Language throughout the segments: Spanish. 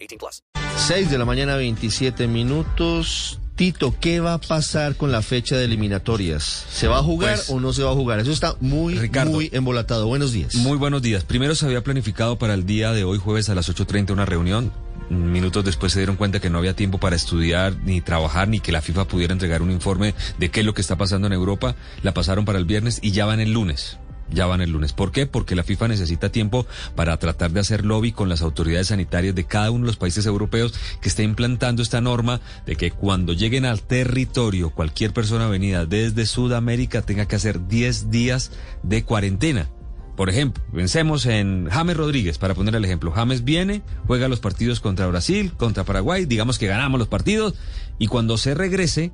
18 plus. 6 de la mañana, 27 minutos. Tito, ¿qué va a pasar con la fecha de eliminatorias? ¿Se va a jugar Pues- o no se va a jugar? Eso está muy, Ricardo. muy embolatado. Buenos días. Muy buenos días. Primero se había planificado para el día de hoy, jueves a las 8.30, una reunión. Minutos después se dieron cuenta que no había tiempo para estudiar, ni trabajar, ni que la FIFA pudiera entregar un informe de qué es lo que está pasando en Europa. La pasaron para el viernes y ya van el lunes. Ya van el lunes. ¿Por qué? Porque la FIFA necesita tiempo para tratar de hacer lobby con las autoridades sanitarias de cada uno de los países europeos que está implantando esta norma de que cuando lleguen al territorio cualquier persona venida desde Sudamérica tenga que hacer 10 días de cuarentena. Por ejemplo, pensemos en James Rodríguez, para poner el ejemplo. James viene, juega los partidos contra Brasil, contra Paraguay, digamos que ganamos los partidos, y cuando se regrese,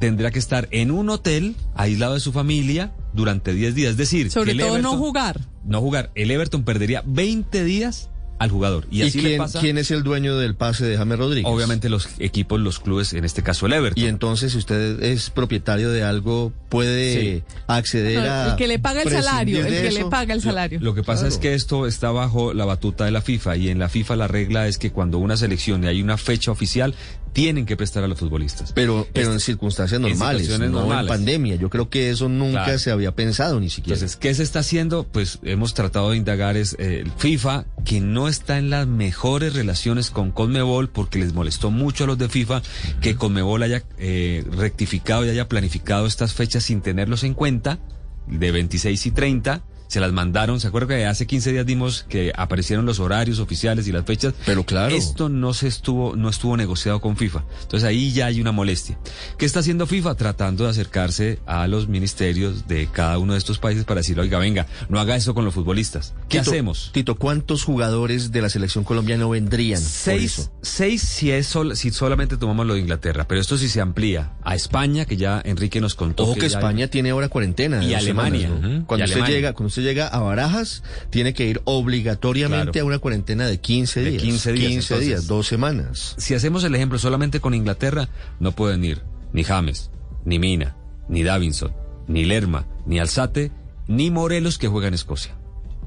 tendrá que estar en un hotel, aislado de su familia, durante 10 días. Es decir, Sobre que el todo no Everton- jugar. No jugar. El Everton perdería 20 días al jugador. Y, ¿Y, así le quién, pasa, quién es el dueño del pase de James Rodríguez? obviamente, los equipos, los clubes, en este caso el Everton. Y entonces, si usted es propietario de algo, puede Sí. acceder a. el que le paga el prescindir salario, el de que le eso? paga el salario. Lo que pasa Claro. es que esto está bajo la batuta de la FIFA y en la FIFA la regla es que cuando una selección y hay una fecha oficial, tienen que prestar a los futbolistas. Pero, pero Este- en circunstancias normales, situaciones no en normales. pandemia. Yo creo que eso nunca Claro. se había pensado ni siquiera. Entonces, ¿qué se está haciendo? Pues hemos tratado de indagar es eh, el FIFA que no está en las mejores relaciones con CONMEBOL porque les molestó mucho a los de FIFA que CONMEBOL haya eh, rectificado y haya planificado estas fechas sin tenerlos en cuenta de 26 y 30. Se las mandaron, ¿se acuerdan que hace 15 días dimos que aparecieron los horarios oficiales y las fechas? Pero claro. Esto no se estuvo, no estuvo negociado con FIFA. Entonces ahí ya hay una molestia. ¿Qué está haciendo FIFA? Tratando de acercarse a los ministerios de cada uno de estos países para decir, oiga, venga, no haga eso con los futbolistas. ¿Qué Tito, hacemos? Tito, ¿cuántos jugadores de la selección colombiana no vendrían? por eso? Seis, seis si, es sol- si solamente tomamos lo de Inglaterra, pero esto sí se amplía a España, que ya Enrique nos contó. Ojo que ya- España tiene ahora cuarentena. de Y dos Alemania, semanas, ¿no? ujú, Cuando y usted Alemania. llega, cuando usted llega a Barajas, tiene que ir obligatoriamente Claro. a una cuarentena de 15 De días. 15 días, 15 entonces. días, dos semanas. si hacemos el ejemplo solamente con Inglaterra, no pueden ir ni James, ni Mina, ni Davinson, ni Lerma, ni Alzate, ni Morelos que juega en Escocia.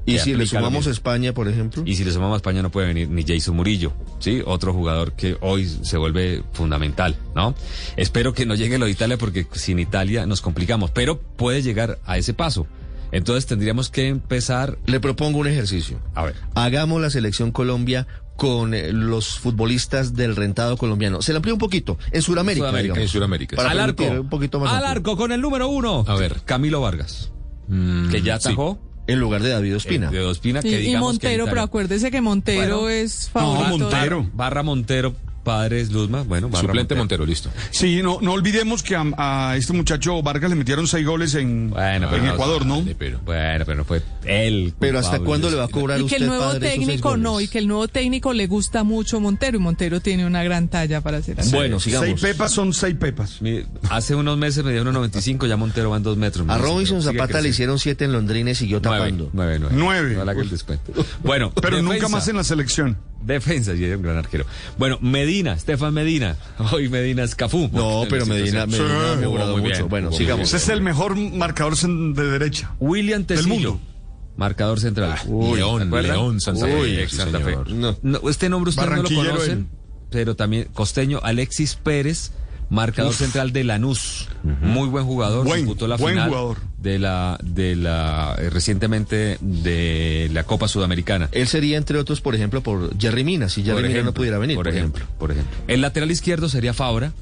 Y Que si le aplica lo sumamos a mismo. España, por ejemplo, Y si le sumamos a España no puede venir ni Jason Murillo, ¿sí? Otro jugador que hoy se vuelve fundamental, ¿no? Espero que no llegue lo de Italia porque sin Italia nos complicamos, pero puede llegar a ese paso. Entonces tendríamos que empezar, le propongo un ejercicio. a ver, Hagamos la selección Colombia con eh, los futbolistas del rentado colombiano. Se la amplía un poquito. En Sudamérica. Sudamérica, digamos. en Sudamérica. Para al arco, permitir un poquito más. al amplio. arco con el número uno, A ver. Camilo Vargas, Mm, que ya sí. atajó En lugar de David Ospina. eh, de Ospina, que Y, y digamos que Montero, Italia- pero acuérdese que Montero Bueno. es favorito. de- Barra, Barra Montero, Padres Luzma, bueno, Barra Suplente Montero, listo. Sí, no, no olvidemos que a, a este muchacho Vargas le metieron seis goles en, Bueno, pero en no- Ecuador, ¿no? Dale, pero- Bueno, pero no fue él. Pero ¿hasta culpable cuándo de le va a eso. cobrar Y que usted, el nuevo padre, esos seis técnico no, goles? y que el nuevo técnico le gusta mucho Montero, y Montero tiene una gran talla para hacer así. Bueno, Seis sigamos. pepas son seis pepas. Mi- Hace unos meses me dieron 95, ya Montero van dos metros. A Me dice, Robinson pero sigue Zapata le creciendo. hicieron siete en Londrines y siguió tapando. Nueve, nueve, nueve. Nueve. No le haga el Uy. descuento. Bueno, Pero nunca defensa. más en la selección. Defensa, y era un gran arquero. Bueno, Medina, Stefan Medina. Hoy Medina es Cafú. No, Porque pero en la Medina, situación- Medina ha Sí. mejorado Jugó muy mucho. bien, bueno, jugó muy sigamos. Ese es el mejor marcador sen- de derecha. William Tecillo. mundo. Ah, Marcador central. Uy, León, ¿se acuerdan? León, Santa Fe, Uy, sí, Santa señor. Fe. No. No, este nombre ustedes no lo Barranquillero conocen, él. pero también costeño Alexis Pérez, marcador central de Lanús. Muy buen jugador, Buen, disputó la buen final jugador. de la de la eh, recientemente de la Copa Sudamericana. Él sería, entre otros, por ejemplo, por Jerry Mina, si Jerry Por Mina no ejemplo, pudiera venir. Por, ejemplo, por ejemplo. El lateral izquierdo sería Fabra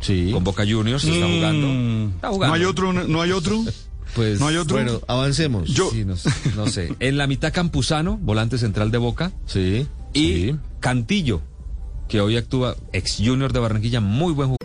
Sí. con Boca Juniors, está jugando. Está jugando. Mm. No hay otro, no hay otro. Pues, no hay otro. Bueno, avancemos. Yo- sí, no, sé, no sé. En la mitad Campuzano, volante central de Boca. Sí. y Sí. Cantillo, que hoy actúa ex junior de Barranquilla, muy buen jugador.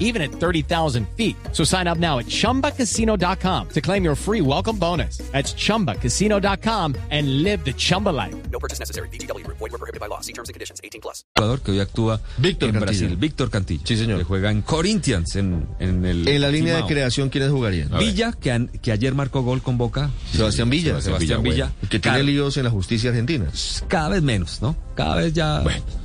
even at 30,000 feet. So sign up now at ChumbaCasino.com to claim your free welcome bonus. That's ChumbaCasino.com and live the Chumba life. No purchase necessary. VGW Group. Void were prohibited by law. See terms and conditions. 18 plus. jugador que hoy actúa Víctor en Cantillo. Brasil, Víctor Cantillo. Sí, señor. Que juega en Corinthians, en, en el. En la línea de Timao. creación, ¿quiénes jugarían? Villa, que, an- que ayer marcó gol con Boca. Sebastián Villa. Sebastián Villa. El Que tiene Cada- líos en la justicia argentina. pues, Cada vez menos, ¿no? Cada vez ya.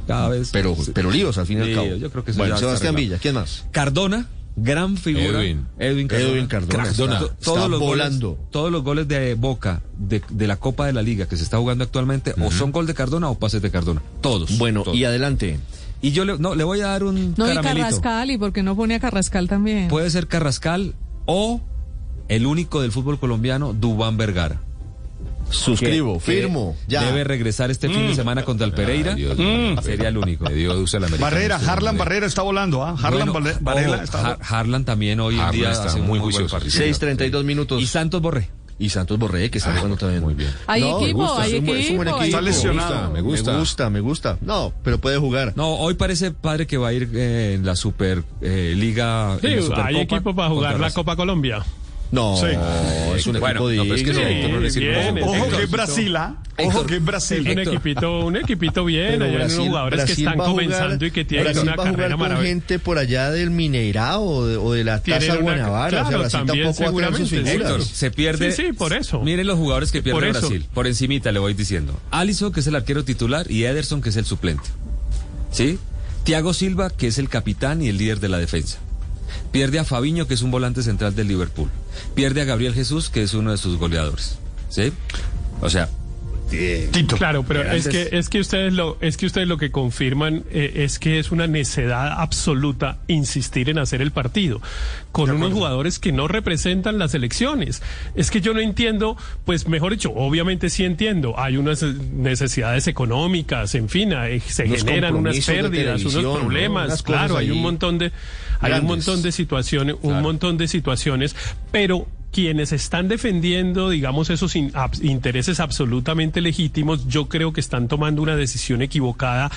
cada vez. Pero, pero líos al fin y al Sí, cabo. yo creo que eso bueno, ya está Sebastián arreglado. Villa, ¿quién más? Cardona, gran figura. Edwin. Cardona. Edwin Cardona. Crack. Cardona. To- Está Todos los volando. Goles, todos los goles de Boca, de, de la Copa de la Liga que se está jugando actualmente, o son gol de Cardona o pases de Cardona. Todos. Bueno, todos. y adelante. Y yo le, no, le voy a dar un No, y caramelito. Carrascal, ¿y por qué no pone a Carrascal también? Puede ser Carrascal o el único del fútbol colombiano, Dubán Vergara. Suscribo, que firmo. Ya. Debe regresar este fin Mm. de semana contra el Pereira. Mm. Ay, Dios mío. Sería el único. Me dio dulce la americana. Barrera, Este Harlan hombre. Barrera está volando, ¿ah? Harlan Bueno, Barre- Barrera ojo, está Har- Harlan también hoy en Harlan día está hace un muy buen juicioso. partido. 6.32 Y minutos. Santos Borré. Y, Santos Borré, que está Ah, jugando también. muy bien. Hay me equipo, gusta, hay es un buen- es un buen equipo, hay Está equipo. lesionado. Me gusta. Me gusta, me gusta. No, pero puede jugar. No, hoy parece padre que va a ir eh, en la Super eh, Liga. Sí, en la hay Supercopa equipo para jugar contra la Copa Colombia. No, Sí. es un Bueno, equipo no, pero digno. es que Héctor no le Sí, sirve. bien, Ojo Héctor. que es Brasil, ¿ah? Ojo Héctor. que es Brasil. Un equipito, un equipito bien, Pero hay unos jugadores que están va a jugar- comenzando y que tienen Brasil una va a jugar carrera con maravillosa. gente por allá del Mineirao o de, o de la Tienen Taza una- Guanabara. o sea, claro, Brasil también tampoco va a tener sus seguramente, figuras. Héctor, se pierde. Sí, sí, por eso. Miren los jugadores que pierde Por eso. Brasil. Por encimita le voy diciendo. Alisson, que es el arquero titular, y Ederson, que es el suplente. ¿Sí? Thiago Silva, que es el capitán y el líder de la defensa. Pierde a Fabiño, que es un volante central del Liverpool. Pierde a Gabriel Jesús, que es uno de sus goleadores. ¿Sí? O sea, Tito. Claro, pero es que es que ustedes lo es que ustedes lo que confirman eh, es que es una necedad absoluta insistir en hacer el partido con unos jugadores que no representan las elecciones. Es que yo no entiendo, pues mejor dicho, obviamente sí entiendo, hay unas eh, necesidades económicas, en fin, eh, se Unos generan unas compromisos de pérdidas, televisión, ¿no? unos problemas, Unas cosas claro, hay ahí un montón de hay grandes. un montón de situaciones, un montón de situaciones, pero quienes están defendiendo, digamos, esos in- abs- intereses absolutamente legítimos, yo creo que están tomando una decisión equivocada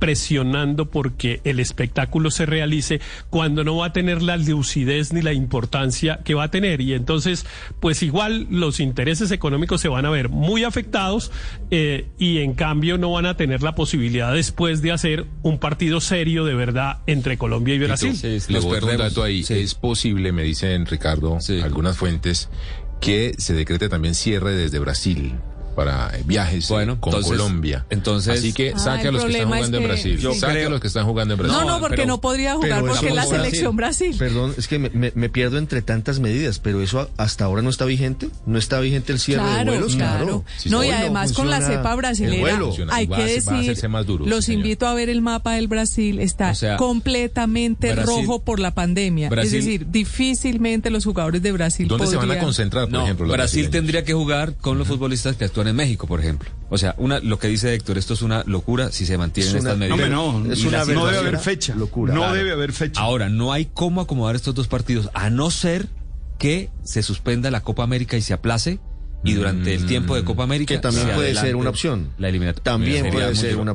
presionando porque el espectáculo se realice cuando no va a tener la lucidez ni la importancia que va a tener. Y entonces, pues igual los intereses económicos se van a ver muy afectados eh, y en cambio no van a tener la posibilidad después de hacer un partido serio de verdad entre Colombia y Brasil. Sí, sí, Le nos boto un perdemos. dato ahí. Sí. Es posible, me dicen Ricardo, Sí. algunas fuentes, que se decrete también cierre desde Brasil para eh, viajes eh, Bueno, con entonces- Colombia. entonces- Así que Ah, saque a el los que están problema es jugando en que- Brasil. Yo saque creo- a los que están jugando en Brasil. No, no, porque pero- no podría jugar pero porque es la estamos- selección Brasil. Perdón, es que me, me- me pierdo entre tantas medidas, pero eso a- hasta ahora no está vigente. No está vigente el cierre de Claro, vuelos, claro. claro. Sí, no, sí. y Hoy no además con la funciona cepa el brasilera, vuelo. hay Va que a ser- va a decir, hacerse más duro, los sí, señor. invito a ver el mapa del Brasil, está O sea, completamente Brasil- rojo por la pandemia. Brasil- es decir, difícilmente los jugadores de Brasil ¿Dónde se van a podrían- concentrar, por No, ejemplo? los Brasil brasileños? tendría que jugar con los futbolistas que actúan en México, por ejemplo. O sea, una, lo que dice Héctor, esto es una locura si se mantienen Es una- estas No, medidas. hombre, no. Es Y una la no debe situación- haber fecha. Locura. No Claro. debe haber fecha. Ahora, no hay cómo acomodar estos dos partidos, a no ser que se suspenda la Copa América y se aplace. Y durante el tiempo de Copa América. Que también se puede adelante ser una opción. La eliminatoria. También Sería puede muy ser duro. una